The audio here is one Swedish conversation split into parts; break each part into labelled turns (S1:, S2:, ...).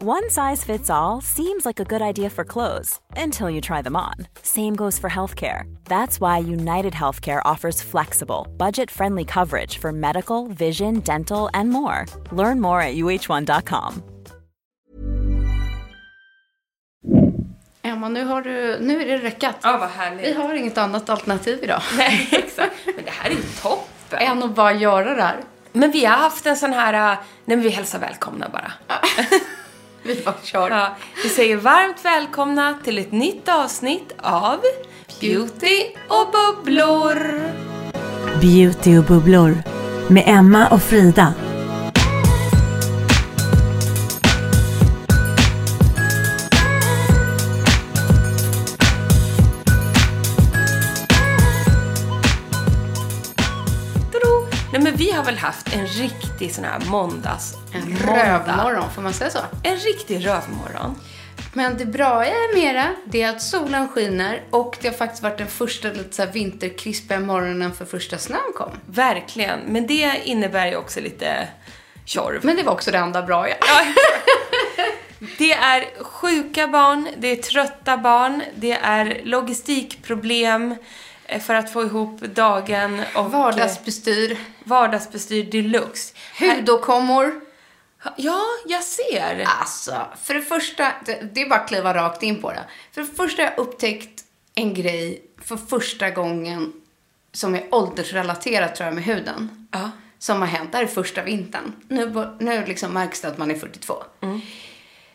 S1: One size fits all seems like a good idea for clothes until you try them on. Same goes for healthcare. That's why United Healthcare offers flexible, budget friendly coverage for medical, vision, dental, and more. Learn more at uh1.com.
S2: Emma, nu, har du, nu är det räckat.
S3: Ja, vad härligt.
S2: Vi har inget annat alternativ idag.
S3: Nej, exakt. Men det här är ju toppen.
S2: Än att bara göra det här.
S3: Men vi har haft en sån här... äh, Nej, men vi hälsar välkomna bara.
S2: Vi bara kör.
S3: Ja, vi säger varmt välkomna till ett nytt avsnitt av Beauty och bubblor.
S4: Beauty och bubblor med Emma och Frida.
S3: Tudoo! Nej, men vi har väl haft en riktig sån här måndags...
S2: En
S3: måndag.
S2: rövmorgon, får man säga så?
S3: En riktig rövmorgon.
S2: Men det bra är med det, det är att solen skiner och det har faktiskt varit den första lite så här vinterkrispiga morgonen för första snön kom.
S3: Verkligen. Men det innebär ju också lite tjorv.
S2: Men det var också det enda bra. Ja.
S3: Det är sjuka barn, det är trötta barn, det är logistikproblem eh, för att få ihop dagen och eh,
S2: Vardagsbestyr,
S3: vardagsbestyr deluxe.
S2: hudåkommor.
S3: Ja, jag ser.
S2: Alltså, för det första, det, det är bara att kliva rakt in på det. För det första har jag upptäckt en grej för första gången som är åldersrelaterat tror jag med huden.
S3: Ja.
S2: Som har hänt, det här är första vintern. Nu, bo- nu liksom märks det att man är 42.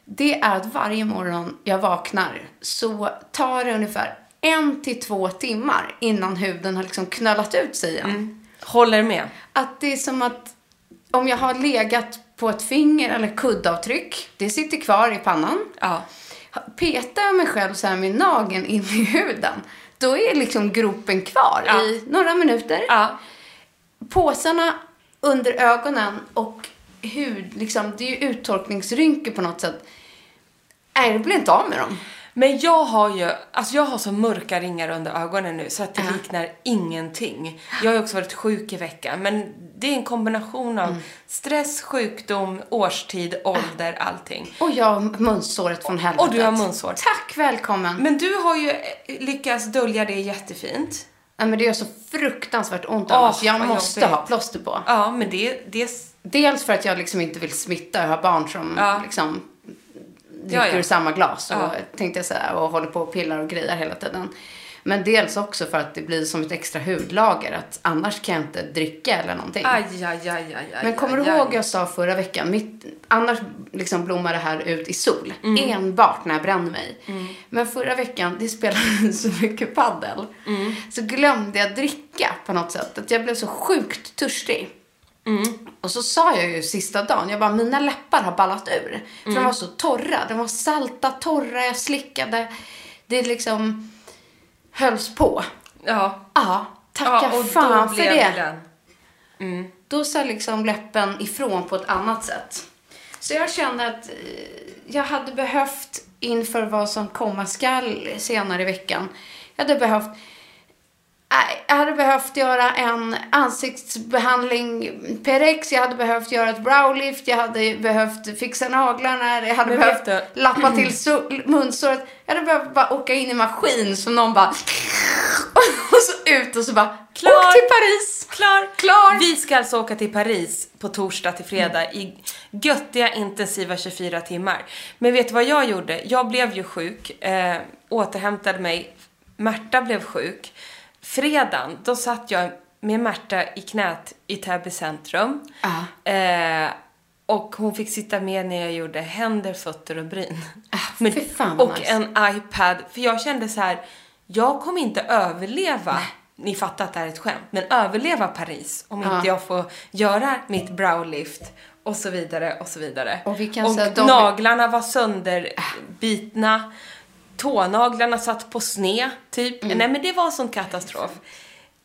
S2: Det är att varje morgon jag vaknar så tar det ungefär en till två timmar innan huden har liksom knölat ut sig igen.
S3: Håller med.
S2: Att det är som att om jag har legat på ett finger eller kuddavtryck, det sitter kvar i pannan.
S3: Ja.
S2: Petar jag mig själv så här med nageln in i huden, då är liksom gropen kvar
S3: Ja.
S2: i några minuter.
S3: Ja.
S2: Påsarna under ögonen och hud, liksom, det är ju uttorkningsrynkor på något sätt. Nej, jag blir inte av med dem.
S3: Men jag har ju, alltså jag har så mörka ringar under ögonen nu så att det liknar ingenting. Jag har ju också varit sjuk i veckan men det är en kombination
S2: Mm.
S3: av stress, sjukdom, årstid, ålder, allting.
S2: Och jag har munssåret från helvetet.
S3: och du har munsår.
S2: Tack, välkommen.
S3: Men du har ju eh, lyckats dölja det jättefint.
S2: Nej, men det gör så fruktansvärt ont
S3: Åh,
S2: annars. jag
S3: vad
S2: måste
S3: jobbigt.
S2: ha plåster på.
S3: Ja, men det, det
S2: Dels för att jag liksom inte vill smitta, jag har barn som
S3: Ja.
S2: liksom dricker
S3: Ja, ja.
S2: ur samma glas och,
S3: Ja.
S2: tänkte jag säga, och håller på och pillar och grejer hela tiden. Men dels också för att det blir som ett extra hudlager, att annars kan jag inte dricka eller någonting.
S3: Aj, aj, aj, aj, aj,
S2: Men kommer
S3: aj,
S2: du
S3: aj.
S2: ihåg jag sa förra veckan, mitt, annars liksom blommar det här ut i sol,
S3: Mm.
S2: enbart när jag bränner mig. Men förra veckan, det spelade så mycket paddel.
S3: Mm.
S2: så glömde jag dricka på något sätt, att jag blev så sjukt törstig.
S3: Mm.
S2: Och så sa jag ju sista dagen, jag bara mina läppar har ballat ur. För
S3: Mm.
S2: de var så torra, de var salta, torra, jag slickade. Det liksom hölls på.
S3: Ja.
S2: Ja, Ah, tacka
S3: ja, och
S2: fan
S3: då
S2: för
S3: blev
S2: det
S3: Den.
S2: då sa liksom läppen ifrån på ett annat sätt. Så jag kände att eh, jag hade behövt inför vad som komma skall senare i veckan. Jag hade behövt Nej, jag hade behövt göra en ansiktsbehandling perex, jag hade behövt göra ett browlift, jag hade behövt fixa naglarna, jag hade
S3: Men vet
S2: behövt
S3: du-
S2: lappa till so- munsåret. Jag hade behövt bara åka in i maskin så någon bara... och så ut och så bara,
S3: Klar.
S2: åk till Paris!
S3: Klar!
S2: Klar.
S3: Vi ska alltså åka till Paris på torsdag till fredag i göttiga intensiva 24 timmar. Men vet du vad jag gjorde? Jag blev ju sjuk, eh, återhämtade mig. Märta blev sjuk. Fredagen, då satt jag med Märta i knät i Täby centrum.
S2: Ah.
S3: Eh, och hon fick sitta med när jag gjorde händer, fötter och bryn. Men-
S2: Ah, fy fan vad
S3: och
S2: nice.
S3: en iPad. För jag kände så här, jag kommer inte överleva, ni fattar att det här är ett skämt, men överleva Paris om inte jag får göra mitt browlift och så vidare och så vidare.
S2: Och vi kan säga att de-
S3: naglarna var sönderbitna, tånaglarna satt på sne, typ.
S2: Mm.
S3: Nej men det var en sån katastrof.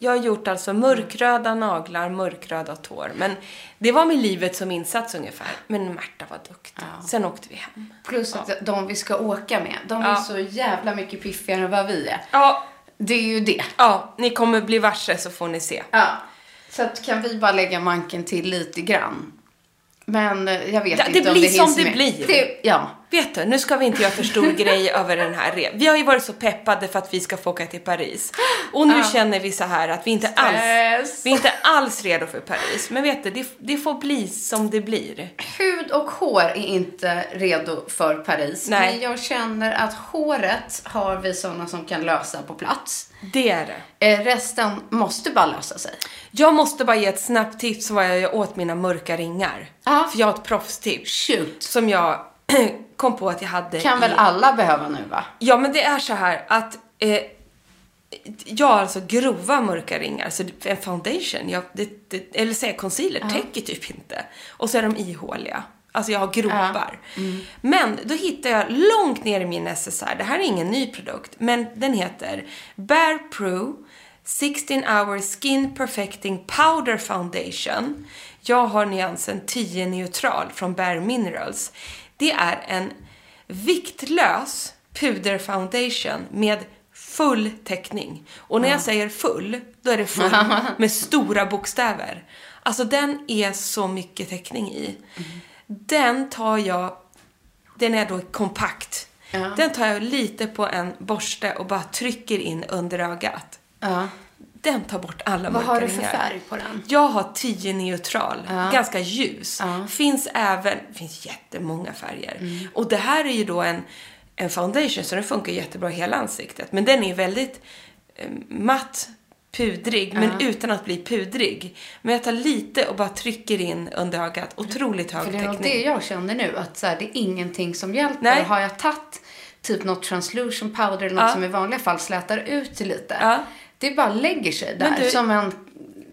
S3: Jag har gjort alltså mörkröda naglar, mörkröda tår. Men det var med livet som insats ungefär. Men Märta var duktig. Sen åkte vi hem.
S2: Plus att de vi ska åka med, de är så jävla mycket piffigare än vad vi är.
S3: Ja,
S2: Det är ju det.
S3: Ja, ni kommer bli varse så får ni se.
S2: Ja. Så att kan vi bara lägga manken till lite grann. Men eh, jag vet
S3: Ja, det
S2: inte om
S3: blir
S2: det
S3: som
S2: hinns
S3: det
S2: med.
S3: blir.
S2: Det, ja.
S3: Vet du, nu ska vi inte göra för stor grej över den här re. Vi har ju varit så peppade för att vi ska få åka till Paris. Och nu känner vi så här att vi inte alls,
S2: Stress.
S3: vi är inte alls redo för Paris. Men vet du, det, det får bli som det blir.
S2: Hud och hår är inte redo för Paris.
S3: Nej.
S2: Men jag känner att håret har vi sådana som kan lösa på plats.
S3: Det är det.
S2: Eh, resten måste bara lösa sig.
S3: Jag måste bara ge ett snabbt tips vad jag gör åt mina mörka ringar.
S2: Ja.
S3: För jag har ett proffstips.
S2: Shoot.
S3: Som jag kom på att jag hade
S2: Kan väl
S3: i-
S2: alla behöva nu va?
S3: Ja, men det är så här att eh, jag har alltså grova mörka ringar, så en foundation, jag, det, det, eller säga concealer, täcker typ inte. Och så är de ihåliga. Alltså jag har gropar. Men då hittar jag långt ner i min necessär, det här är ingen ny produkt, men den heter Bare Pro 16 hour skin perfecting powder foundation. Jag har nyansen 10 neutral från Bare Minerals. Det är en viktlös puderfoundation med full täckning. Och när jag säger full, då är det full med stora bokstäver. Alltså den är så mycket täckning i. Den tar jag, den är då kompakt. Den tar jag lite på en borste och bara trycker in under ögat. Den tar bort alla
S2: Vad har du
S3: mörkeringar.
S2: för färg på den?
S3: Jag har 10 neutral, ganska ljus. Finns även, finns jättemånga färger.
S2: Mm.
S3: Och det här är ju då en, en foundation så den funkar jättebra i hela ansiktet. Men den är väldigt eh, matt, pudrig, men utan att bli pudrig. Men jag tar lite och bara trycker in under ögat. Otroligt hög
S2: För det är nog
S3: täckning.
S2: det jag känner nu, att så här, det är ingenting som hjälper.
S3: Nej.
S2: Har jag tagit typ något translution powder eller något som i vanliga fall slätar ut lite.
S3: Ja.
S2: Det bara lägger sig där
S3: du-
S2: som en...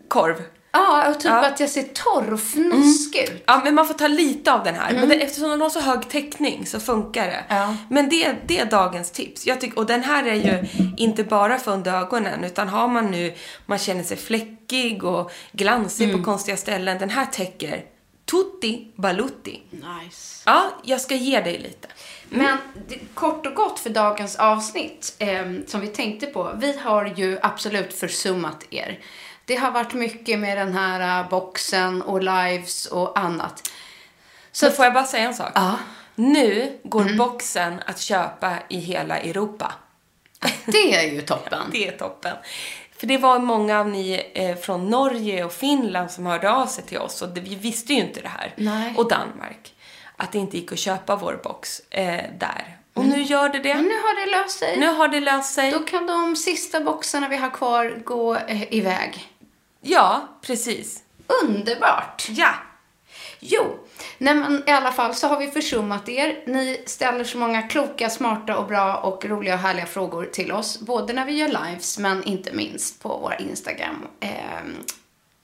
S3: Korv.
S2: Ja, och typ att jag ser torr och fnuskig ut.
S3: Ja, men man får ta lite av den här. Men det, eftersom den har så hög täckning så funkar det.
S2: Ja.
S3: Men det, det är dagens tips. Jag tycker, och den här är ju inte bara för under ögonen, utan har man nu, man känner sig fläckig och glansig på konstiga ställen. Den här täcker tutti balutti.
S2: Nice.
S3: Ja, jag ska ge dig lite.
S2: Men det, kort och gott för dagens avsnitt eh, som vi tänkte på. Vi har ju absolut försummat er. Det har varit mycket med den här eh, boxen och lives och annat.
S3: Så får jag bara säga en sak? Nu går boxen att köpa i hela Europa.
S2: Det är ju toppen.
S3: Det är toppen. För det var många av ni eh, från Norge och Finland som hörde av sig till oss och det, vi visste ju inte det här.
S2: Nej.
S3: Och Danmark. Att det inte gick att köpa vår box eh, där. Och nu gör det det.
S2: Men Mm. nu har det löst sig.
S3: Nu har det löst sig.
S2: Då kan de sista boxarna vi har kvar gå eh, iväg.
S3: Ja, precis.
S2: Underbart!
S3: Ja!
S2: Jo, nej men i alla fall så har vi försummat er. Ni ställer så många kloka, smarta och bra och roliga och härliga frågor till oss. Både när vi gör lives, men inte minst på våra Instagram. Ehm,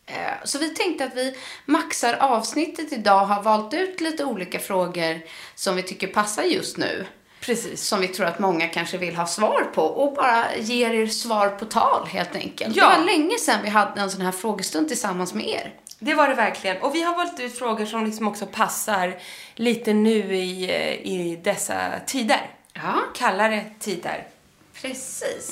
S2: eh, Så vi tänkte att vi maxar avsnittet idag, har valt ut lite olika frågor som vi tycker passar just nu.
S3: Precis.
S2: Som vi tror att många kanske vill ha svar på och bara ger er svar på tal helt enkelt.
S3: Ja.
S2: Det var länge sedan vi hade en sån här frågestund tillsammans med er.
S3: Det var det verkligen. Och vi har valt ut frågor som liksom också passar lite nu i, eh, i dessa tider.
S2: Ja.
S3: Kallare tider.
S2: Precis.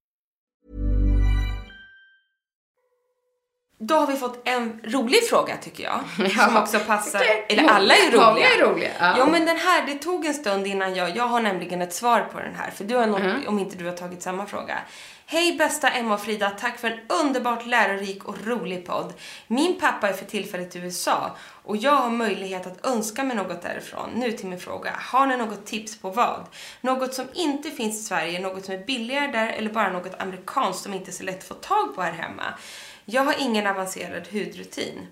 S3: Då har vi fått en rolig fråga tycker jag.
S2: Ja.
S3: Som också passar.
S2: Det-
S3: Eller alla är roliga.
S2: många är roliga, ja.
S3: Jo men den här, det tog en stund innan jag, jag har nämligen ett svar på den här. För du har nog, om inte du har tagit samma fråga. Hej bästa Emma och Frida, tack för en underbart lärorik och rolig podd. Min pappa är för tillfället i USA och jag har möjlighet att önska mig något därifrån. Nu till min fråga. Har ni något tips på vad? Något som inte finns i Sverige, något som är billigare där eller bara något amerikanskt som inte är så lätt att få tag på här hemma? Jag har ingen avancerad hudrutin.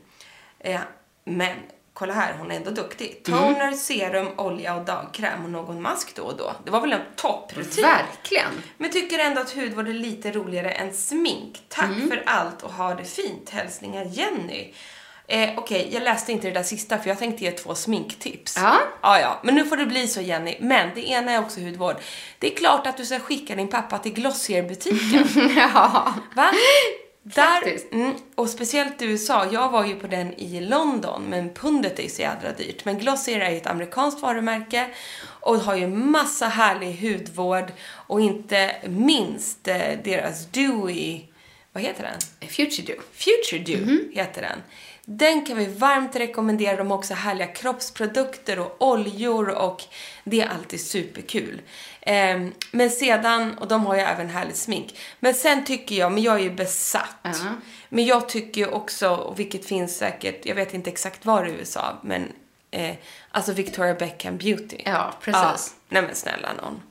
S3: Eh, men kolla här, hon är ändå duktig.
S2: Mm.
S3: Toner, serum, olja och dagkräm och någon mask då och då. Det var väl en topprutin?
S2: Verkligen.
S3: Men tycker ändå att hudvård är lite roligare än smink. Tack
S2: Mm.
S3: för allt och ha det fint. Hälsningar Jenny. Eh, Okej, jag läste inte det där sista för jag tänkte ge två sminktips.
S2: Ja.
S3: Ja, ja, men nu får det bli så Jenny. Men det ena är också hudvård. Det är klart att du ska skicka din pappa till Glossierbutiken.
S2: Ja.
S3: Va? Där,
S2: Faktiskt.
S3: mm, och speciellt i USA. Jag var ju på den i London, men pundet är ju så jädra dyrt. Men Glossier är ju ett amerikanskt varumärke och har ju massa härlig hudvård och inte minst eh, deras Dewy, vad heter den?
S2: Future do.
S3: Future Dew
S2: Mhm.
S3: heter den. Den kan vi varmt rekommendera. De har också härliga kroppsprodukter och oljor och det är alltid superkul. Ehm, men sedan, och de har ju även härligt smink. Men sen tycker jag, men jag är ju besatt. Men jag tycker ju också, och vilket finns säkert, jag vet inte exakt var i USA, men eh, alltså Victoria Beckham Beauty.
S2: Ja, precis.
S3: Nej men snälla någon.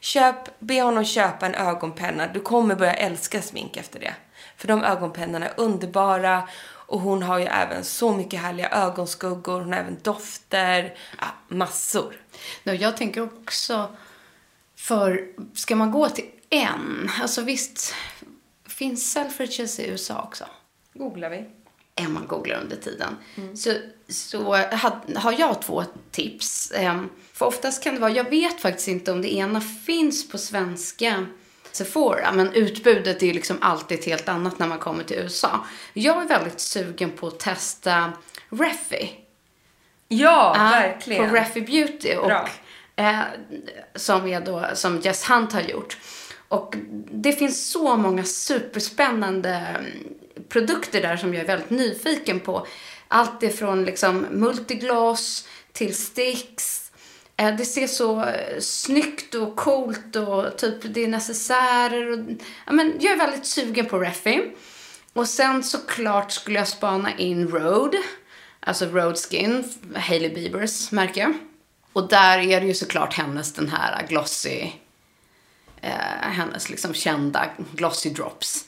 S3: Köp, be honom köpa en ögonpenna. Du kommer börja älska smink efter det. För de ögonpennorna är underbara och hon har ju även så mycket härliga ögonskuggor, hon har även dofter, ja, massor.
S2: No, jag tänker också, för ska man gå till en? Alltså visst, finns Selfridges i USA också?
S3: Googlar vi.
S2: Emma googlar under tiden.
S3: Mm.
S2: Så, så had, har jag två tips. Ehm, för oftast kan det vara, jag vet faktiskt inte om det ena finns på svenska Sephora, men utbudet är ju liksom alltid ett helt annat när man kommer till USA. Jag är väldigt sugen på att testa Reffy.
S3: Ja,
S2: Ja,
S3: verkligen.
S2: På Reffy Beauty och
S3: Bra.
S2: eh, som, är då, som Jess Hunt har gjort. Och det finns så många superspännande mm, produkter där som jag är väldigt nyfiken på. Allt ifrån liksom multigloss till sticks. Eh, Det ser så eh, snyggt och coolt och typ det är necessärer och ja, men jag är väldigt sugen på Reffy. Och sen såklart skulle jag spana in Road. Alltså Road Skin, Hailey Biebers märke. Och där är det ju såklart hennes den här glossy, eh, hennes liksom kända glossy drops.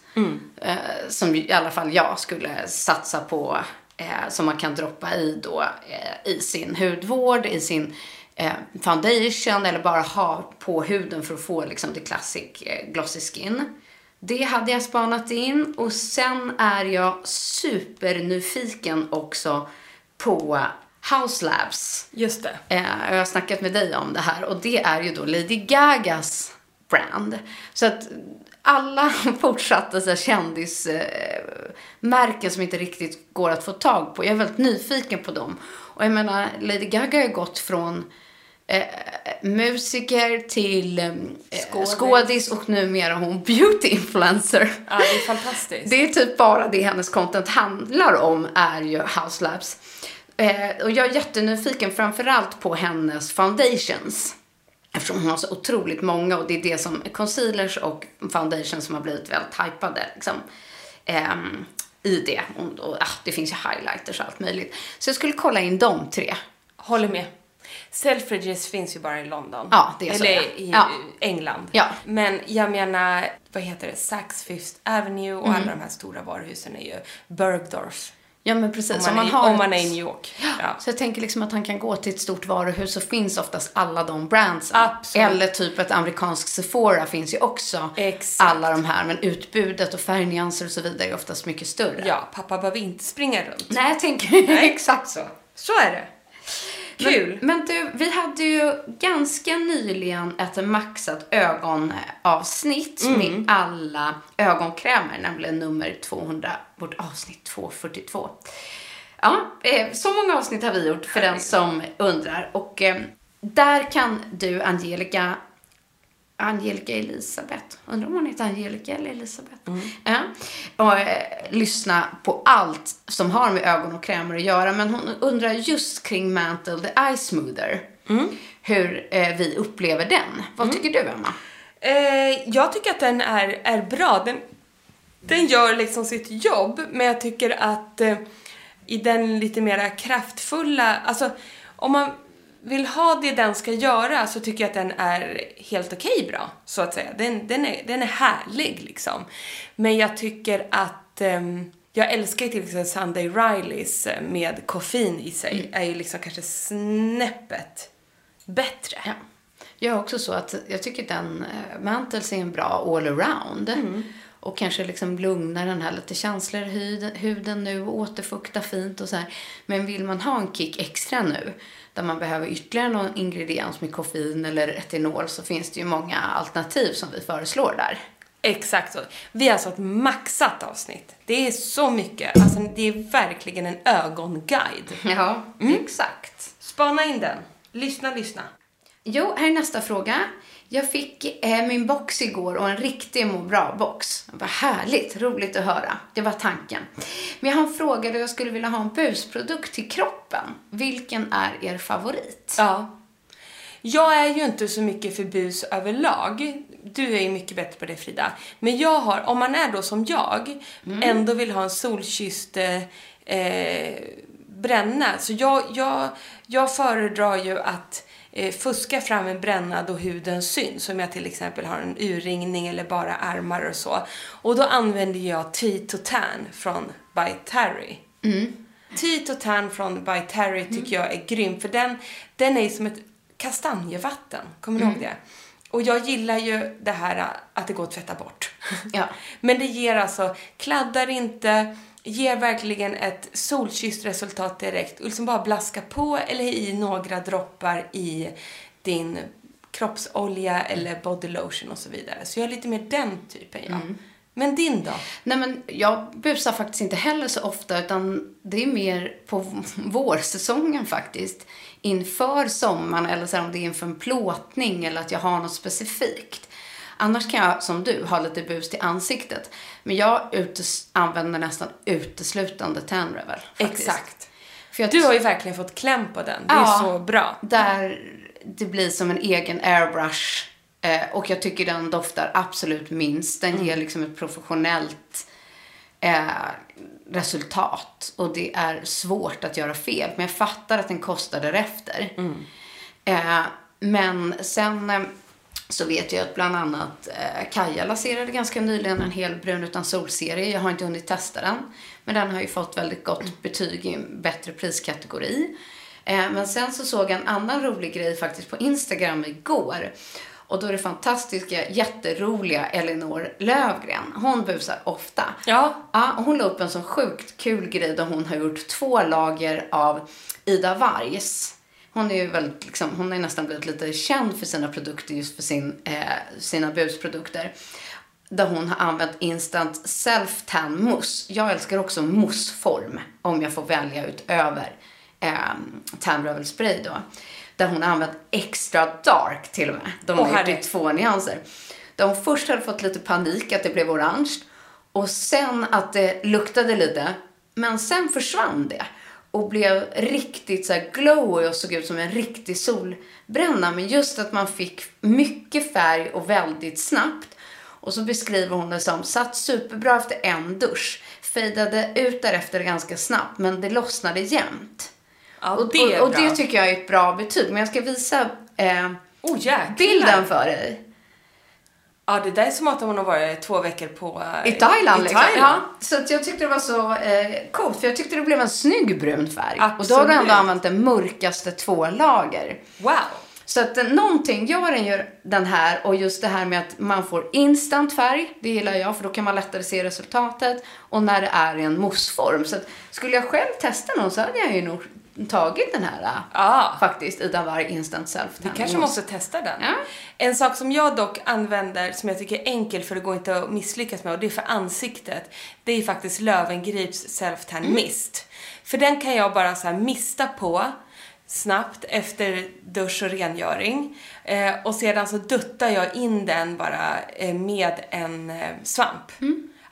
S2: Eh, som i alla fall jag skulle satsa på, eh, som man kan droppa i då eh, i sin hudvård, i sin eh, foundation eller bara ha på huden för att få liksom det classic eh, glossy skin. Det hade jag spanat in och sen är jag supernyfiken också på House Labs.
S3: Just det.
S2: Eh, jag har snackat med dig om det här och det är ju då Lady Gagas brand. Så att alla fortsatta så här, kändismärken som inte riktigt går att få tag på. Jag är väldigt nyfiken på dem. Och jag menar, Lady Gaga har ju gått från eh, musiker till eh,
S3: Skådis.
S2: skådis och numera hon beauty influencer.
S3: Ja, det är fantastiskt.
S2: Det är typ bara det hennes content handlar om är ju House Labs. Eh, och jag är jättenyfiken framförallt på hennes foundations. Eftersom hon har så otroligt många och det är det som concealers och foundations som har blivit väldigt hypade liksom. Ehm, I det. Och, och, ah, det finns ju highlighters och allt möjligt. Så jag skulle kolla in de tre.
S3: Håller med. Selfridges finns ju bara i London.
S2: Ja, det är så,
S3: Eller
S2: ja.
S3: i
S2: Ja.
S3: England.
S2: Ja.
S3: Men jag menar, vad heter det, Saks Fifth Avenue och alla de här stora varuhusen är ju Bergdorf.
S2: Mm. Ja, men precis.
S3: Om man, är, om man är i New York. Ja.
S2: Så jag tänker liksom att han kan gå till ett stort varuhus så finns oftast alla de brandsen.
S3: Absolut.
S2: Eller typ ett amerikansk Sephora finns ju också
S3: Exakt.
S2: alla de här. Men utbudet och färgnyanser och så vidare är oftast mycket större.
S3: Ja, pappa behöver inte springa runt.
S2: Nej, jag tänker exakt så.
S3: Så är det. Kul.
S2: Men, men du, vi hade ju ganska nyligen ett maxat ögonavsnitt med alla ögonkrämer, nämligen nummer 200, vårt avsnitt 242. Ja, eh, så många avsnitt har vi gjort för den som undrar. Och eh, där kan du, Angelica, Angelica Elisabeth. Undrar om hon heter Angelica eller Elisabeth. Ja. Och, eh, lyssna på allt som har med ögon och krämer att göra. Men hon undrar just kring Mantle the Eye Smoother. Hur eh, vi upplever den. Vad tycker du, Emma?
S3: Eh, jag tycker att den är, är bra. Den, den gör liksom sitt jobb, men jag tycker att eh, i den lite mera kraftfulla, alltså om man vill ha det den ska göra så tycker jag att den är helt okej bra, så att säga. Den, den, är, den är härlig liksom. Men jag tycker att ehm, jag älskar ju till exempel Sunday Rileys eh, med koffein i sig. är ju liksom kanske snäppet bättre.
S2: Ja. Jag är också så att jag tycker den eh, Mantles är en bra allround. Och kanske liksom lugna den här lite känsligare huden, huden nu och återfukta fint och så här. Men vill man ha en kick extra nu där man behöver ytterligare någon ingrediens med koffein eller retinol så finns det ju många alternativ som vi föreslår där.
S3: Exakt så. Vi har alltså ett maxat avsnitt. Det är så mycket. Alltså, det är verkligen en ögonguide. Mm.
S2: Ja, exakt.
S3: Spana in den. Lyssna, lyssna.
S2: Jo, här är nästa fråga. Jag fick eh, min box igår och en riktig må bra-box. Vad härligt, roligt att höra. Det var tanken. Men jag har en fråga då jag skulle vilja ha en busprodukt till kroppen. Vilken är er favorit?
S3: Ja. Jag är ju inte så mycket för bus överlag. Du är ju mycket bättre på det Frida. Men jag har, om man är då som jag, ändå vill ha en solkysst eh, eh, bränna. Så jag, jag, jag föredrar ju att eh, fuska fram en bränna då huden syns. Om jag till exempel har en urringning eller bara armar och så. Och då använder jag Tito Tan från By Terry. Tito Tan från By Terry tycker jag är grym, för den, den är ju som ett kastanjevatten. Kommer ni ihåg det? Och jag gillar ju det här äh, att det går att tvätta bort.
S2: Ja.
S3: Men det ger alltså, kladdar inte, ger verkligen ett solkysst resultat direkt. Och liksom bara blaska på eller i några droppar i din kroppsolja eller body lotion och så vidare. Så jag är lite mer den typen, ja. Men din då?
S2: Nej, men jag busar faktiskt inte heller så ofta utan det är mer på v- vårsäsongen faktiskt. Inför sommaren eller så här, om det är inför en plåtning eller att jag har något specifikt. Annars kan jag, som du, ha lite bus till ansiktet. Men jag utes- använder nästan uteslutande tanrevel. Faktiskt.
S3: Exakt.
S2: För jag
S3: Du har ju verkligen fått kläm på den. Det är
S2: Ja.
S3: så bra.
S2: där det blir som en egen airbrush. Eh, och jag tycker den doftar absolut minst. Den ger liksom ett professionellt eh, resultat. Och det är svårt att göra fel. Men jag fattar att den kostar därefter. Eh, men sen eh, så vet jag att bland annat eh, Kaja lanserade ganska nyligen en hel brun utan solserie. Jag har inte hunnit testa den. Men den har ju fått väldigt gott betyg i en bättre priskategori. Eh, men sen så såg jag en annan rolig grej faktiskt på Instagram igår. Och då är det fantastiska, jätteroliga Elinor Lövgren. Hon busar ofta.
S3: Ja.
S2: ja och hon la upp en så sjukt kul grej där hon har gjort två lager av Ida Vargs. Hon är ju väldigt, liksom, hon har ju nästan blivit lite känd för sina produkter, just för sin, eh, sina busprodukter. Där hon har använt instant self-tan mousse. Jag älskar också mousseform, om jag får välja utöver eh, tanrövelspray då. Där hon har använt extra dark till och med. De har
S3: Åh,
S2: gjort det i
S3: herre.
S2: två nyanser. Där hon först hade fått lite panik att det blev orange. Och sen att det luktade lite. Men sen försvann det. Och blev riktigt så här glowy och såg ut som en riktig solbränna. Men just att man fick mycket färg och väldigt snabbt. Och så beskriver hon det som satt superbra efter en dusch. Fejdade ut därefter ganska snabbt men det lossnade jämnt. och,
S3: det är
S2: och, och det
S3: bra.
S2: tycker jag är ett bra betyg. Men jag ska visa eh, bilden för dig.
S3: Oh, Ja, det där är som att hon har varit två veckor på...
S2: I
S3: eh,
S2: Thailand
S3: i
S2: liksom.
S3: Thailand.
S2: Ja, så att jag tyckte det var så eh, coolt för jag tyckte det blev en snygg brun färg. Och då har du
S3: Absolut.
S2: ändå använt den mörkaste två lager.
S3: Wow!
S2: Så att eh, någonting gör den, gör den här och just det här med att man får instant färg, det gillar jag för då kan man lättare se resultatet och när det är i en mousseform. Så att skulle jag själv testa någon så hade jag ju nog tagit den här eh, faktiskt, Ida Warg Instant Self
S3: Vi kanske måste testa den. En sak som jag dock använder, som jag tycker är enkel för det går inte att misslyckas med och det är för ansiktet. Det är faktiskt Lövengrips Self Tan Mist. För den kan jag bara så här mista på snabbt efter dusch och rengöring. Eh, och sedan så duttar jag in den bara eh, med en eh, svamp.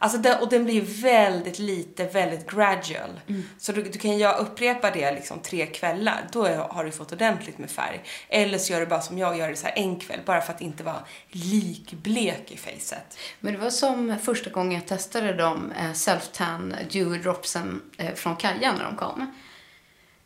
S3: Alltså den, och den blir väldigt lite, väldigt gradual. Så du, du kan jag upprepa det liksom tre kvällar, då är- har du fått ordentligt med färg. Eller så gör du bara som jag gör det så här en kväll, bara för att inte vara likblek i facet.
S2: Men det var som första gången jag testade de eh, self-tan dewdropsen eh, från Kaja när de kom.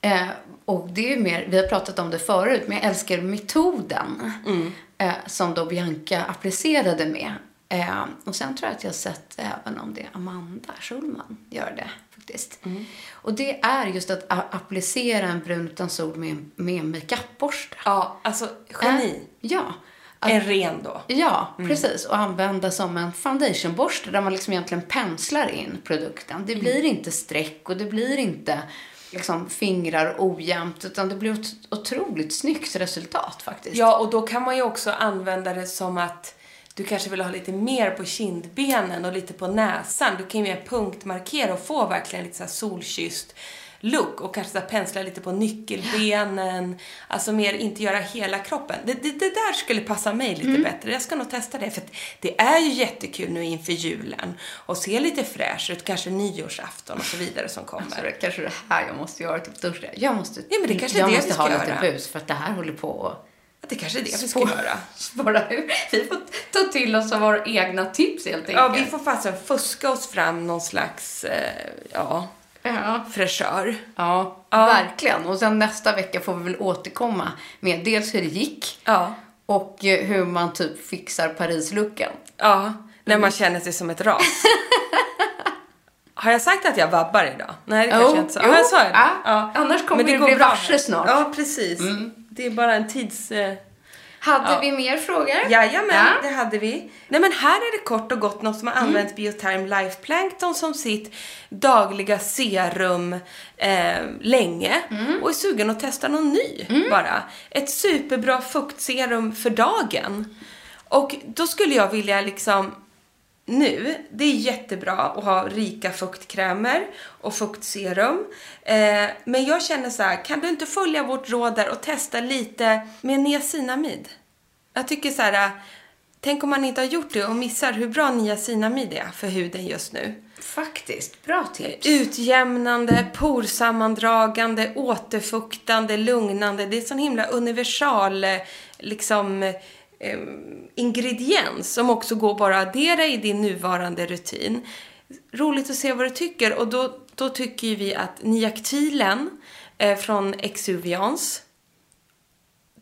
S2: Eh, och det är ju mer, vi har pratat om det förut, men jag älskar metoden
S3: Mm.
S2: eh, som då Bianca applicerade med. Eh, och sen tror jag att jag har sett även om det är Amanda Schulman gör det faktiskt.
S3: Mm.
S2: Och det är just att a- applicera en brun utan sol med, med en makeupborste. Eh,
S3: Ja, alltså geni.
S2: ja.
S3: En ren då.
S2: Ja,
S3: Mm.
S2: precis. Och använda som en foundationborste där man liksom egentligen penslar in produkten.
S3: Mm.
S2: Det blir inte streck och det blir inte liksom fingrar ojämnt utan det blir ett otroligt snyggt resultat faktiskt.
S3: Ja, och då kan man ju också använda det som att du kanske vill ha lite mer på kindbenen och lite på näsan. Du kan ju mer punktmarkera och få verkligen lite så här solkysst look och kanske så här pensla lite på nyckelbenen. Alltså mer inte göra hela kroppen. Det, det, det där skulle passa mig lite bättre. Jag ska nog testa det för att det är ju jättekul nu inför julen och se lite fräsch ut. Kanske nyårsafton och så vidare som kommer.
S2: Så det är kanske det här jag måste göra typ torsdag. Jag måste,
S3: Ja, men det kanske är
S2: jag
S3: det vi
S2: måste
S3: ska
S2: ha
S3: göra.
S2: lite bus för att det här håller på att
S3: Det kanske är det vi ska göra.
S2: spåra ur. Vi får ta till oss av våra egna tips helt enkelt.
S3: Ja, vi får fasen fuska oss fram någon slags, eh, ja,
S2: Ja.
S3: fräschör.
S2: Ja, verkligen. Och sen nästa vecka får vi väl återkomma med dels hur det gick
S3: Ja.
S2: och eh, hur man typ fixar Paris-looken.
S3: Ja, när man känner sig som ett ras. Har jag sagt att jag vabbar idag? Nej, det kanske
S2: Jo,
S3: jag inte sa.
S2: jo.
S3: Ja, jag sa det.
S2: Ja, annars kommer du
S3: går
S2: bli
S3: bra.
S2: varse snart. Mm.
S3: Ja, precis. Det är bara en tids... Eh...
S2: Hade
S3: Ja.
S2: vi mer frågor?
S3: Jajamän,
S2: Ja. Mm.
S3: det hade vi. Nej men här är det kort och gott något som har använt Biotherm Life Plankton som sitt dagliga serum eh, länge
S2: Mm.
S3: och är sugen att testa någon ny bara. Ett superbra fuktserum för dagen. Och då skulle jag vilja liksom nu, det är jättebra att ha rika fuktkrämer och fuktserum. Eh, men jag känner så här, kan du inte följa vårt råd där och testa lite med niacinamid? Jag tycker så här, eh, tänk om man inte har gjort det och missar hur bra niacinamid är för huden just nu.
S2: Faktiskt, bra tips.
S3: Utjämnande, porsammandragande, återfuktande, lugnande. Det är sån himla universal eh, liksom, eh, ingrediens som också går bara att addera i din nuvarande rutin. Roligt att se vad du tycker och då, då tycker ju vi att niaktilen eh, från Exuvians,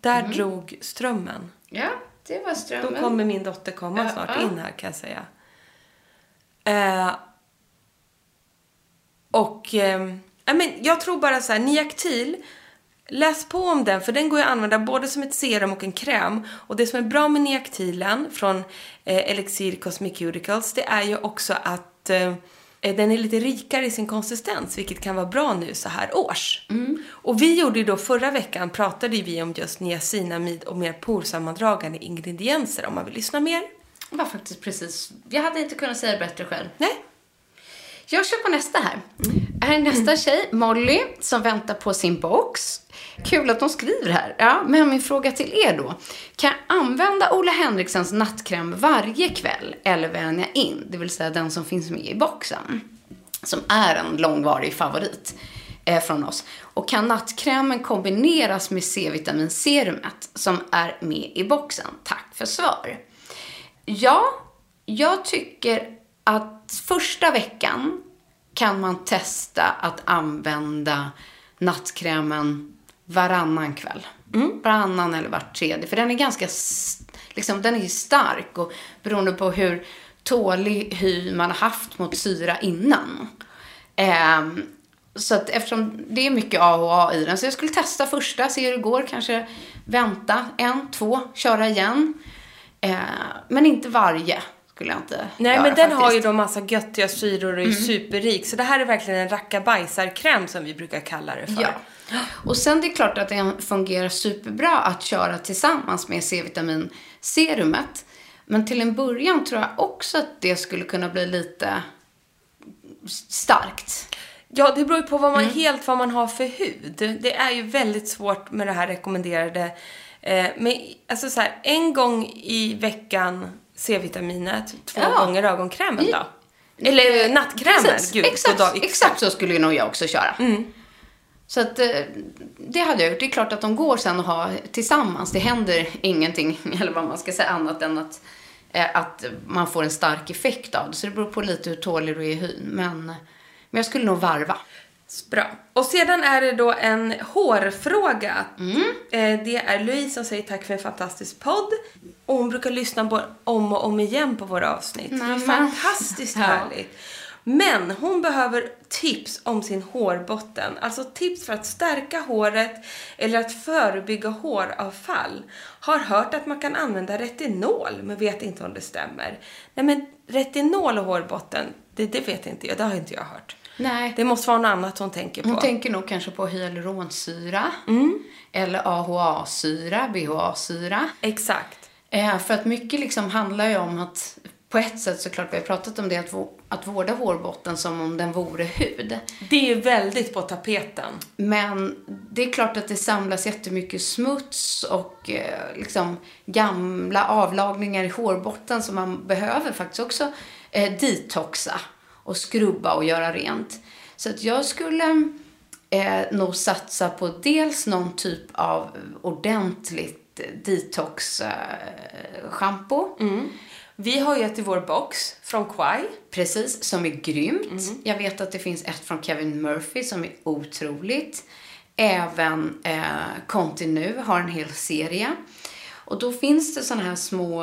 S3: där drog strömmen.
S2: Ja, det var
S3: Då
S2: strömmen.
S3: kommer min dotter komma snart
S2: ja.
S3: in här kan jag säga. Eh, ehm, och eh, ja, men jag tror bara så här, Niaktil Läs på om den, för den går ju att använda både som ett serum och en kräm. Och det som är bra med Neactilen från eh, Elixir Cosmeceuticals, det är ju också att eh, den är lite rikare i sin konsistens, vilket kan vara bra nu så här års.
S2: Mm.
S3: Och vi gjorde ju då förra veckan, pratade ju vi om just niacinamid och mer porsammandragande ingredienser om man vill lyssna mer.
S2: Det var faktiskt precis, jag hade inte kunnat säga det bättre själv.
S3: Nej.
S2: Jag kör på nästa här. Här är nästa tjej, Molly, som väntar på sin box. Kul att de skriver här. Ja, men min fråga till er då. Kan jag använda Ola Henriksens nattkräm varje kväll eller vänja in? Det vill säga den som finns med i boxen. Som är en långvarig favorit eh, från oss. Och kan nattkrämen kombineras med C-vitaminserumet som är med i boxen? Tack för svar. Ja, jag tycker att första veckan kan man testa att använda nattkrämen varannan kväll. Mm, Varannan eller var tredje. För den är ganska s- liksom, den är ju stark och beroende på hur tålig hy man har haft mot syra innan. Ehm, så att eftersom det är mycket AHA i den, så jag skulle testa första, se hur det går, kanske vänta en, två, köra igen. Eh, men inte varje, skulle jag inte
S3: Nej,
S2: göra
S3: men den har
S2: faktiskt.
S3: ju då massa göttiga syror och är
S2: Mm.
S3: superrik. Så det här är verkligen en rackabajsarkräm som vi brukar kalla det för.
S2: Ja. Och sen det är klart att den fungerar superbra att köra tillsammans med C-vitaminserumet. Men till en början tror jag också att det skulle kunna bli lite starkt.
S3: Ja, det beror ju på vad man, helt vad man har för hud. Det är ju väldigt svårt med det här rekommenderade. Eh, men alltså så här, en gång i veckan C-vitaminet, två
S2: Ja.
S3: gånger ögonkrämen då. Eller eh, nattkrämen.
S2: Precis.
S3: Gud, Mm.
S2: exakt,
S3: goddag,
S2: exakt så skulle nog jag också köra. Så att eh, det hade jag gjort. Det är klart att de går sen och har tillsammans. Det händer ingenting, eller vad man ska säga, annat än att, eh, att man får en stark effekt av det. Så det beror på lite hur tålig du är i hyn. Men, men jag skulle nog varva.
S3: Bra. Och sedan är det då en hårfråga.
S2: Mm.
S3: Eh, Det är Louise som säger tack för en fantastisk podd. Och hon brukar lyssna på, om och om igen på våra avsnitt. det är
S2: Nämen.
S3: fantastiskt
S2: Ja.
S3: härligt. Men hon behöver tips om sin hårbotten. Alltså tips för att stärka håret eller att förebygga håravfall. Har hört att man kan använda retinol men vet inte om det stämmer. Nej men retinol och hårbotten, det, det vet inte jag. Det har inte jag hört.
S2: Nej.
S3: Det måste vara något annat hon tänker på.
S2: Hon tänker nog kanske på hyaluronsyra.
S3: Mm.
S2: Eller AHA-syra, BHA-syra.
S3: Exakt.
S2: Eh, för att mycket liksom handlar ju om att på ett sätt såklart, vi har pratat om det, att, vå- att vårda hårbotten som om den vore hud.
S3: Det är ju väldigt på tapeten.
S2: Men det är klart att det samlas jättemycket smuts och eh, liksom gamla avlagningar i hårbotten som man behöver faktiskt också eh, detoxa och skrubba och göra rent. Så att jag skulle eh, nog satsa på dels någon typ av ordentligt eh, detox-schampo.
S3: Mm. Vi har ju ett i vår box från Quai.
S2: Precis, som är grymt. Jag vet att det finns ett från Kevin Murphy som är otroligt. Även eh, Continu har en hel serie. Och då finns det såna här små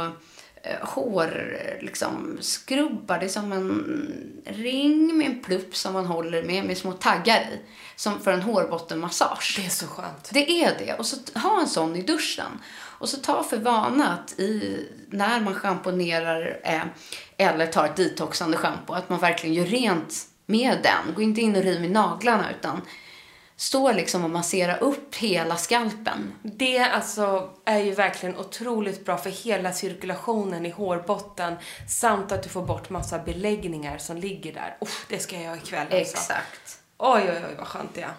S2: eh, hår, liksom, skrubbar. Det är som en ring med en plupp som man håller med, med små taggar i. Som för en hårbottenmassage.
S3: Det är så skönt.
S2: Det är det. Och så t- ha en sån i duschen. Och så ta för vana att i, när man schamponerar eh, eller tar ett detoxande schampo, att man verkligen gör rent med den. Gå inte in och riv i naglarna, utan stå liksom och massera upp hela skalpen.
S3: Det alltså är ju verkligen otroligt bra för hela cirkulationen i hårbotten samt att du får bort massa beläggningar som ligger där. Uff, det ska jag göra ikväll alltså.
S2: Exakt.
S3: Oj, oj, oj vad skönt det är.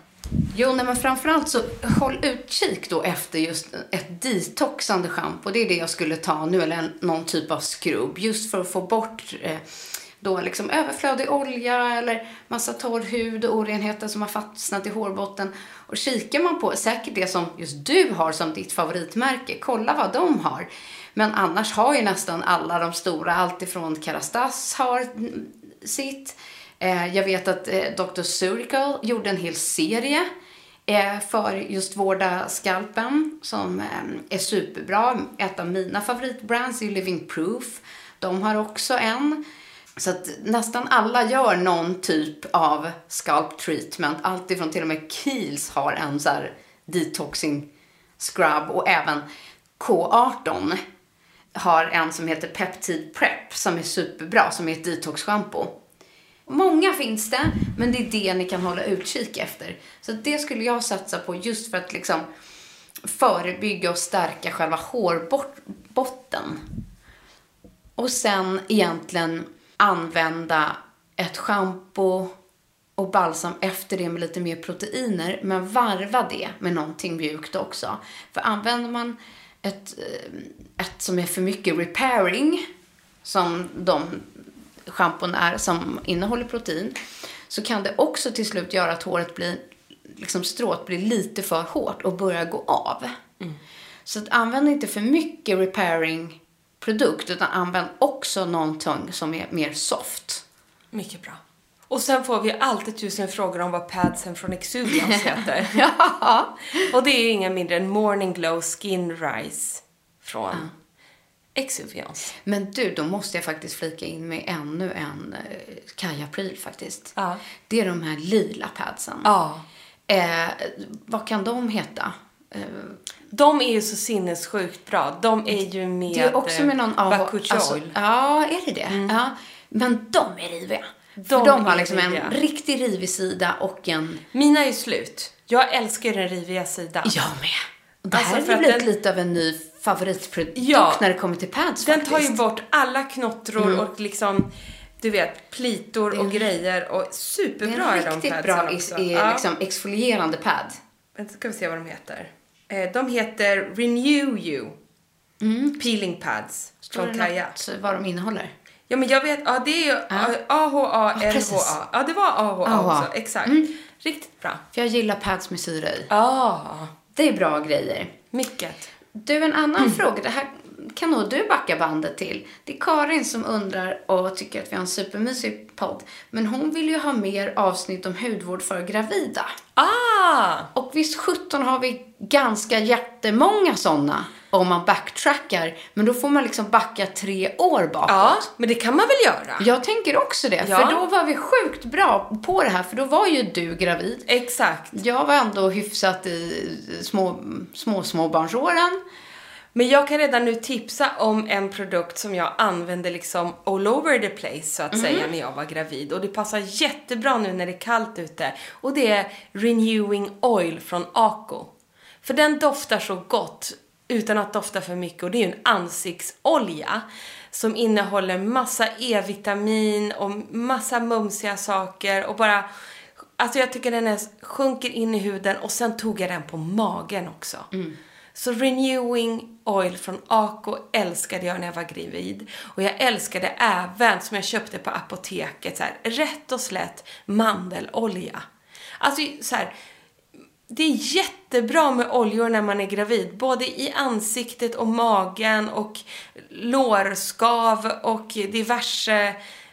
S2: Jo, nej, men framförallt så håll utkik då efter just ett detoxande schampo. Det är det jag skulle ta nu, eller en- någon typ av skrubb. Just för att få bort eh, då liksom överflödig olja eller massa torr hud och orenheter som har fastnat i hårbotten. Och kikar man på säkert det som just du har som ditt favoritmärke, kolla vad de har. Men annars har ju nästan alla de stora, alltifrån Kerastase har mm, sitt. Eh, jag vet att eh, Dr. Surical gjorde en hel serie eh, för just vårda skalpen som eh, är superbra. Ett av mina favoritbrands är ju Living Proof. De har också en. Så att nästan alla gör någon typ av scalp treatment. Alltifrån till och med Kiehl's har en så här detoxing scrub och även K18 har en som heter Peptid Prep som är superbra, som är ett detox-shampoo. Många finns det, men det är det ni kan hålla utkik efter. Så det skulle jag satsa på just för att liksom förebygga och stärka själva hårbotten. Och sen egentligen använda ett schampo och balsam efter det med lite mer proteiner, men varva det med någonting mjukt också. För använder man ett, eh, ett som är för mycket repairing, som de schampon är som innehåller protein, så kan det också till slut göra att håret blir, liksom strået blir lite för hårt och börjar gå av. Så att använd inte för mycket repairing produkt utan använd också någonting som är mer soft.
S3: Mycket bra. Och sen får vi alltid tusen frågor om vad padsen från Exuvians heter. Och det är ju ingen mindre än Morning Glow Skin Rise från Exuvians.
S2: Men du, då måste jag faktiskt flika in med ännu en eh, Kaja Pryl faktiskt. Det är de här lila padsen. Eh, vad kan de heta? Eh,
S3: De är ju så sinnessjukt bra. De är ju med
S2: det är också med någon av...
S3: eh,
S2: alltså,
S3: bakuchi oil. Mm.
S2: ja, är det det? Ja. Men de är riviga. För
S3: De
S2: de har
S3: är
S2: liksom
S3: riviga.
S2: en riktig rivig sida och en...
S3: Mina är ju slut. Jag älskar ju den riviga sidan.
S2: Jag med. Och Det här
S3: Alltså,
S2: har
S3: för att
S2: blivit
S3: den-
S2: lite av en ny favoritprodukt
S3: Ja.
S2: när det kommer till pads
S3: Den
S2: faktiskt.
S3: tar ju bort alla knottror
S2: Mm.
S3: och liksom, du vet, plitor och grejer och
S2: Det
S3: superbra
S2: är
S3: är
S2: en
S3: de
S2: riktigt
S3: padsen
S2: bra is,
S3: också.
S2: är,
S3: Ja.
S2: liksom, exfolierande pad.
S3: Vänta, ska vi se vad de heter. Eh, de heter Renew You Peeling Pads
S2: Mm. Står
S3: från
S2: det
S3: Kaja.
S2: något vad de innehåller?
S3: Ja, men jag vet. Ja, det är ju AHA-LHA.
S2: precis.
S3: Ja, det var AHA
S2: AHA.
S3: också. Exakt.
S2: Mm.
S3: Riktigt bra.
S2: För jag gillar pads med syra i.
S3: Ja,
S2: Det är bra grejer.
S3: mycket.
S2: Du, en annan
S3: Mm.
S2: fråga. Det här kan nog du backa bandet till. Det är Karin som undrar och tycker att vi har en supermysig podd. Men hon vill ju ha mer avsnitt om hudvård för gravida.
S3: Ah!
S2: Och visst 17 har vi ganska jättemånga sådana om man backtrackar. Men då får man liksom backa tre år bakåt.
S3: Ja, men det kan man väl göra?
S2: Jag tänker också det,
S3: Ja.
S2: för då var vi sjukt bra på det här, för då var ju du gravid.
S3: Exakt.
S2: Jag var ändå hyfsat i små, små småbarnsåren.
S3: Men jag kan redan nu tipsa om en produkt som jag använde liksom all over the place så att säga när jag var gravid och det passar jättebra nu när det är kallt ute och det är Renewing Oil från Ako. För den doftar så gott utan att dofta för mycket och det är ju en ansiktsolja som innehåller massa E-vitamin och massa mumsiga saker och bara Alltså jag tycker den är, sjunker in i huden och sen tog jag den på magen också. Så Renewing Oil från Ako älskade jag när jag var gravid. Och jag älskade även, som jag köpte på apoteket, så här, rätt och slätt mandelolja. Alltså så här, det är jättebra med oljor när man är gravid. Både i ansiktet och magen och lårskav och diverse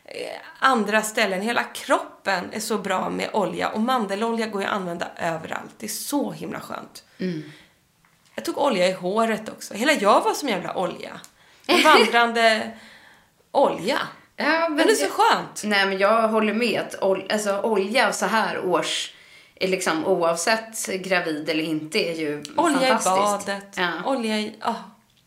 S3: eh, andra ställen. Hela kroppen är så bra med olja och mandelolja går ju att använda överallt. Det är så himla skönt.
S2: Mm.
S3: Jag tog olja i håret också. Hela jag var som jävla olja. En vandrande olja.
S2: Ja,
S3: Men det är så skönt.
S2: Nej, men jag håller med. Att ol- alltså, olja så här års, eh, liksom, oavsett gravid eller inte, är ju
S3: Olja i
S2: Mm, fantastiskt.
S3: badet,
S2: Ja,
S3: olja i... ah,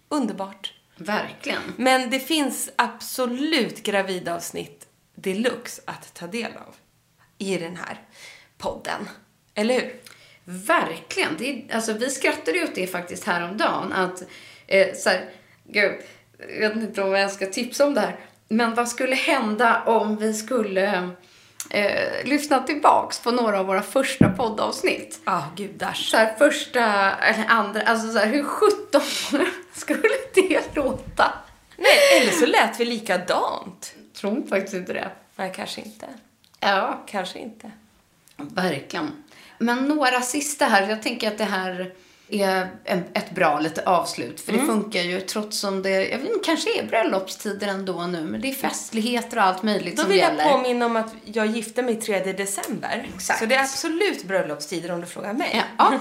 S3: underbart.
S2: verkligen.
S3: Men det finns absolut gravidavsnitt deluxe att ta del av i den här podden. Eller hur?
S2: Verkligen. Det är, alltså, vi skrattade ju åt det faktiskt häromdagen. Att, eh, så här, gud, jag vet inte om jag ska tipsa om det här. Men vad skulle hända om vi skulle eh, lyssna tillbaks på några av våra första poddavsnitt?
S3: Ja, gudars.
S2: Så här, första, eller andra, alltså så här, hur sjutton skulle det låta?
S3: Nej, eller så lät vi likadant.
S2: Tror faktiskt inte det.
S3: Nej, kanske inte.
S2: Ja,
S3: Kanske inte.
S2: verkligen. Men några sista här. Jag tänker att det här är en, ett bra lite avslut. För det funkar ju trots som det, jag vet inte, kanske är bröllopstider ändå nu. Men det är festligheter och allt möjligt
S3: Då
S2: som
S3: vill
S2: gäller.
S3: jag påminna om att jag gifte mig 3 december.
S2: Exakt.
S3: Så det är absolut bröllopstider om du frågar mig.
S2: Ja.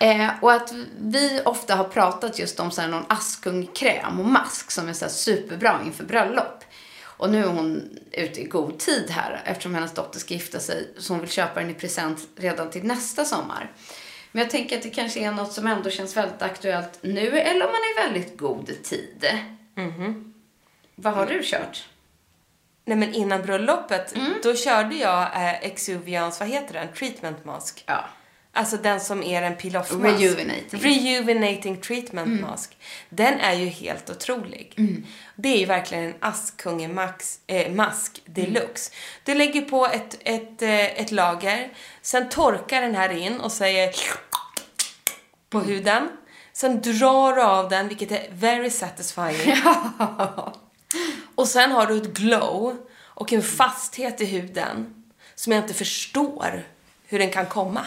S2: eh, och att vi ofta har pratat just om så här någon askungkräm och mask som är så här superbra inför bröllop. Och nu är hon ute i god tid här eftersom hennes dotter ska gifta sig så hon vill köpa den i present redan till nästa sommar. Men jag tänker att det kanske är något som ändå känns väldigt aktuellt nu eller om man är i väldigt god tid.
S3: Mm-hmm.
S2: Vad har du kört?
S3: Nej men innan bröllopet,
S2: Mm.
S3: då körde jag eh, Exuvians, vad heter den? Treatment mask.
S2: Ja.
S3: Alltså den som är en peel-off mask.
S2: Rejuvenating.
S3: Rejuvenating treatment
S2: Mm.
S3: mask. Den är ju helt otrolig. Det är ju verkligen en Askungen max, eh, mask
S2: Mm.
S3: deluxe. Du lägger på ett, ett, eh, ett lager, sen torkar den här in och säger på
S2: Mm.
S3: huden. Sen drar du av den, vilket är very satisfying. Och sen har du ett glow och en fasthet i huden som jag inte förstår hur den kan komma.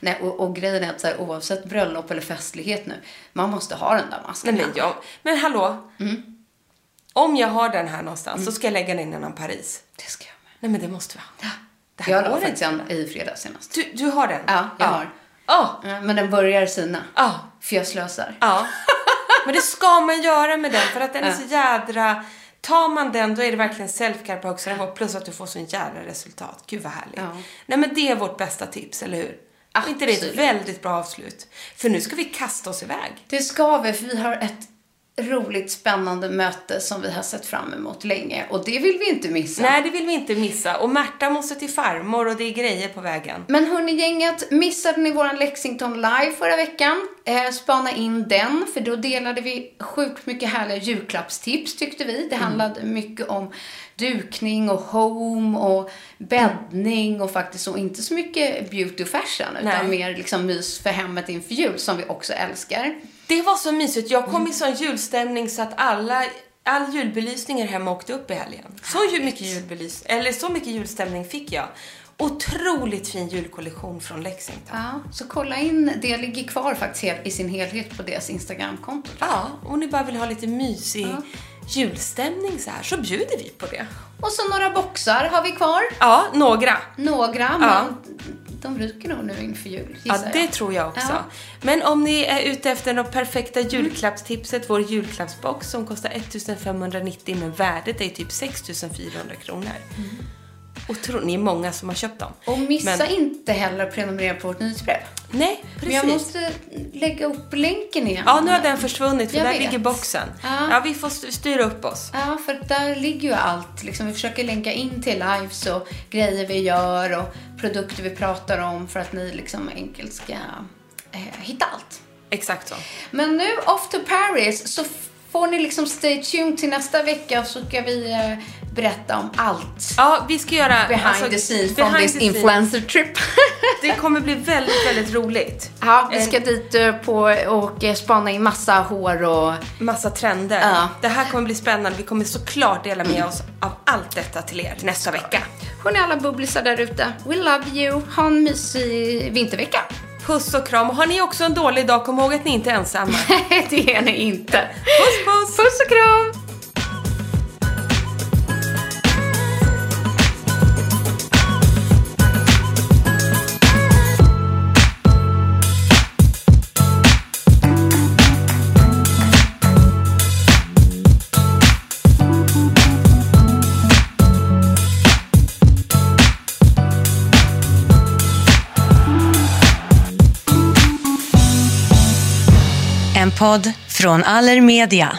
S2: Nej, och, och grejen är att så här, oavsett bröllop eller festlighet nu, man måste ha den där masken.
S3: Nej, men, jag, men hallå, om jag har den här någonstans så ska jag lägga den innan Paris.
S2: Det ska jag
S3: med. Nej, men det måste vi ha. Det här
S2: jag
S3: går
S2: la faktiskt
S3: inte.
S2: en i fredags senast.
S3: Du, du har den?
S2: Ja, jag har. Ja, Men den börjar sina.
S3: Ja.
S2: För jag slösar.
S3: Ja. Men det ska man göra med den för att den är
S2: Ja.
S3: så jädra... Tar man den då är det verkligen self-care på högsta nivå plus att du får så jädra resultat. Gud vad härligt.
S2: Ja.
S3: Nej men det är vårt bästa tips, eller hur? Och inte det är ett
S2: Absolut.
S3: väldigt bra avslut? För nu ska vi kasta oss iväg.
S2: Det ska vi, för vi har ett roligt, spännande möte som vi har sett fram emot länge. Och det vill vi inte missa.
S3: Nej, det vill vi inte missa. Och Märta måste till farmor och det är grejer på vägen.
S2: Men hörni gänget, missade ni våran Lexington live förra veckan? Eh, spana in den, för då delade vi sjukt mycket härliga julklappstips tyckte vi. Det handlade mycket om dukning och home och bäddning och faktiskt så, inte så mycket beauty och fashion,
S3: Nej.
S2: utan mer liksom mys för hemmet inför jul som vi också älskar.
S3: Det var så mysigt. Jag kom i sån julstämning så att alla, all julbelysning här hemma åkte upp i helgen. Så ju mycket julbelys, eller så mycket julstämning fick jag. Otroligt fin julkollektion från Lexington.
S2: Ja, så kolla in, det ligger kvar faktiskt he- i sin helhet på deras Instagramkonto.
S3: Ja, om ni bara vill ha lite mysig julstämning så här så bjuder vi på det.
S2: Och så några boxar har vi kvar.
S3: Ja, några.
S2: Några, men
S3: Ja.
S2: de ryker nog nu inför jul,
S3: Ja,
S2: gissar
S3: det
S2: jag.
S3: tror jag också.
S2: Ja.
S3: Men om ni är ute efter det perfekta julklappstipset, vår julklappsbox som kostar 1590 men värdet är typ 6400 kronor. Och tror ni är många som har köpt dem.
S2: Mm. Och missa
S3: Men-
S2: inte heller att prenumerera på vårt nyhetsbrev.
S3: Nej, precis.
S2: Men jag måste lägga upp länken igen.
S3: Ja, nu har den försvunnit för
S2: Jag
S3: där
S2: vet.
S3: ligger boxen.
S2: Ja.
S3: ja, vi får st- styra upp oss.
S2: Ja, för där ligger ju allt. Liksom, vi försöker länka in till lives och grejer vi gör och produkter vi pratar om för att ni liksom enkelt ska eh, hitta allt.
S3: Exakt så.
S2: Men nu off to Paris så f- får ni liksom stay tuned till nästa vecka så ska vi eh, berätta om allt.
S3: Ja, vi ska göra...
S2: Behind
S3: alltså,
S2: the scenes
S3: behind
S2: from this
S3: the scenes.
S2: influencer trip.
S3: Det kommer bli väldigt, väldigt roligt.
S2: Ja, vi ska dit eh, på och eh, spana in massa hår och
S3: Massa trender.
S2: Ja.
S3: Det här kommer bli spännande. Vi kommer såklart dela med oss av allt detta till er nästa vecka.
S2: Hörni alla bubblisar där ute, we love you. Ha en mysig vintervecka.
S3: Puss och kram. Och Har ni också en dålig dag, kom ihåg att ni inte är ensamma.
S2: Nej, det är ni inte.
S3: Puss, puss!
S2: Puss och kram!
S5: En podd från Allermedia.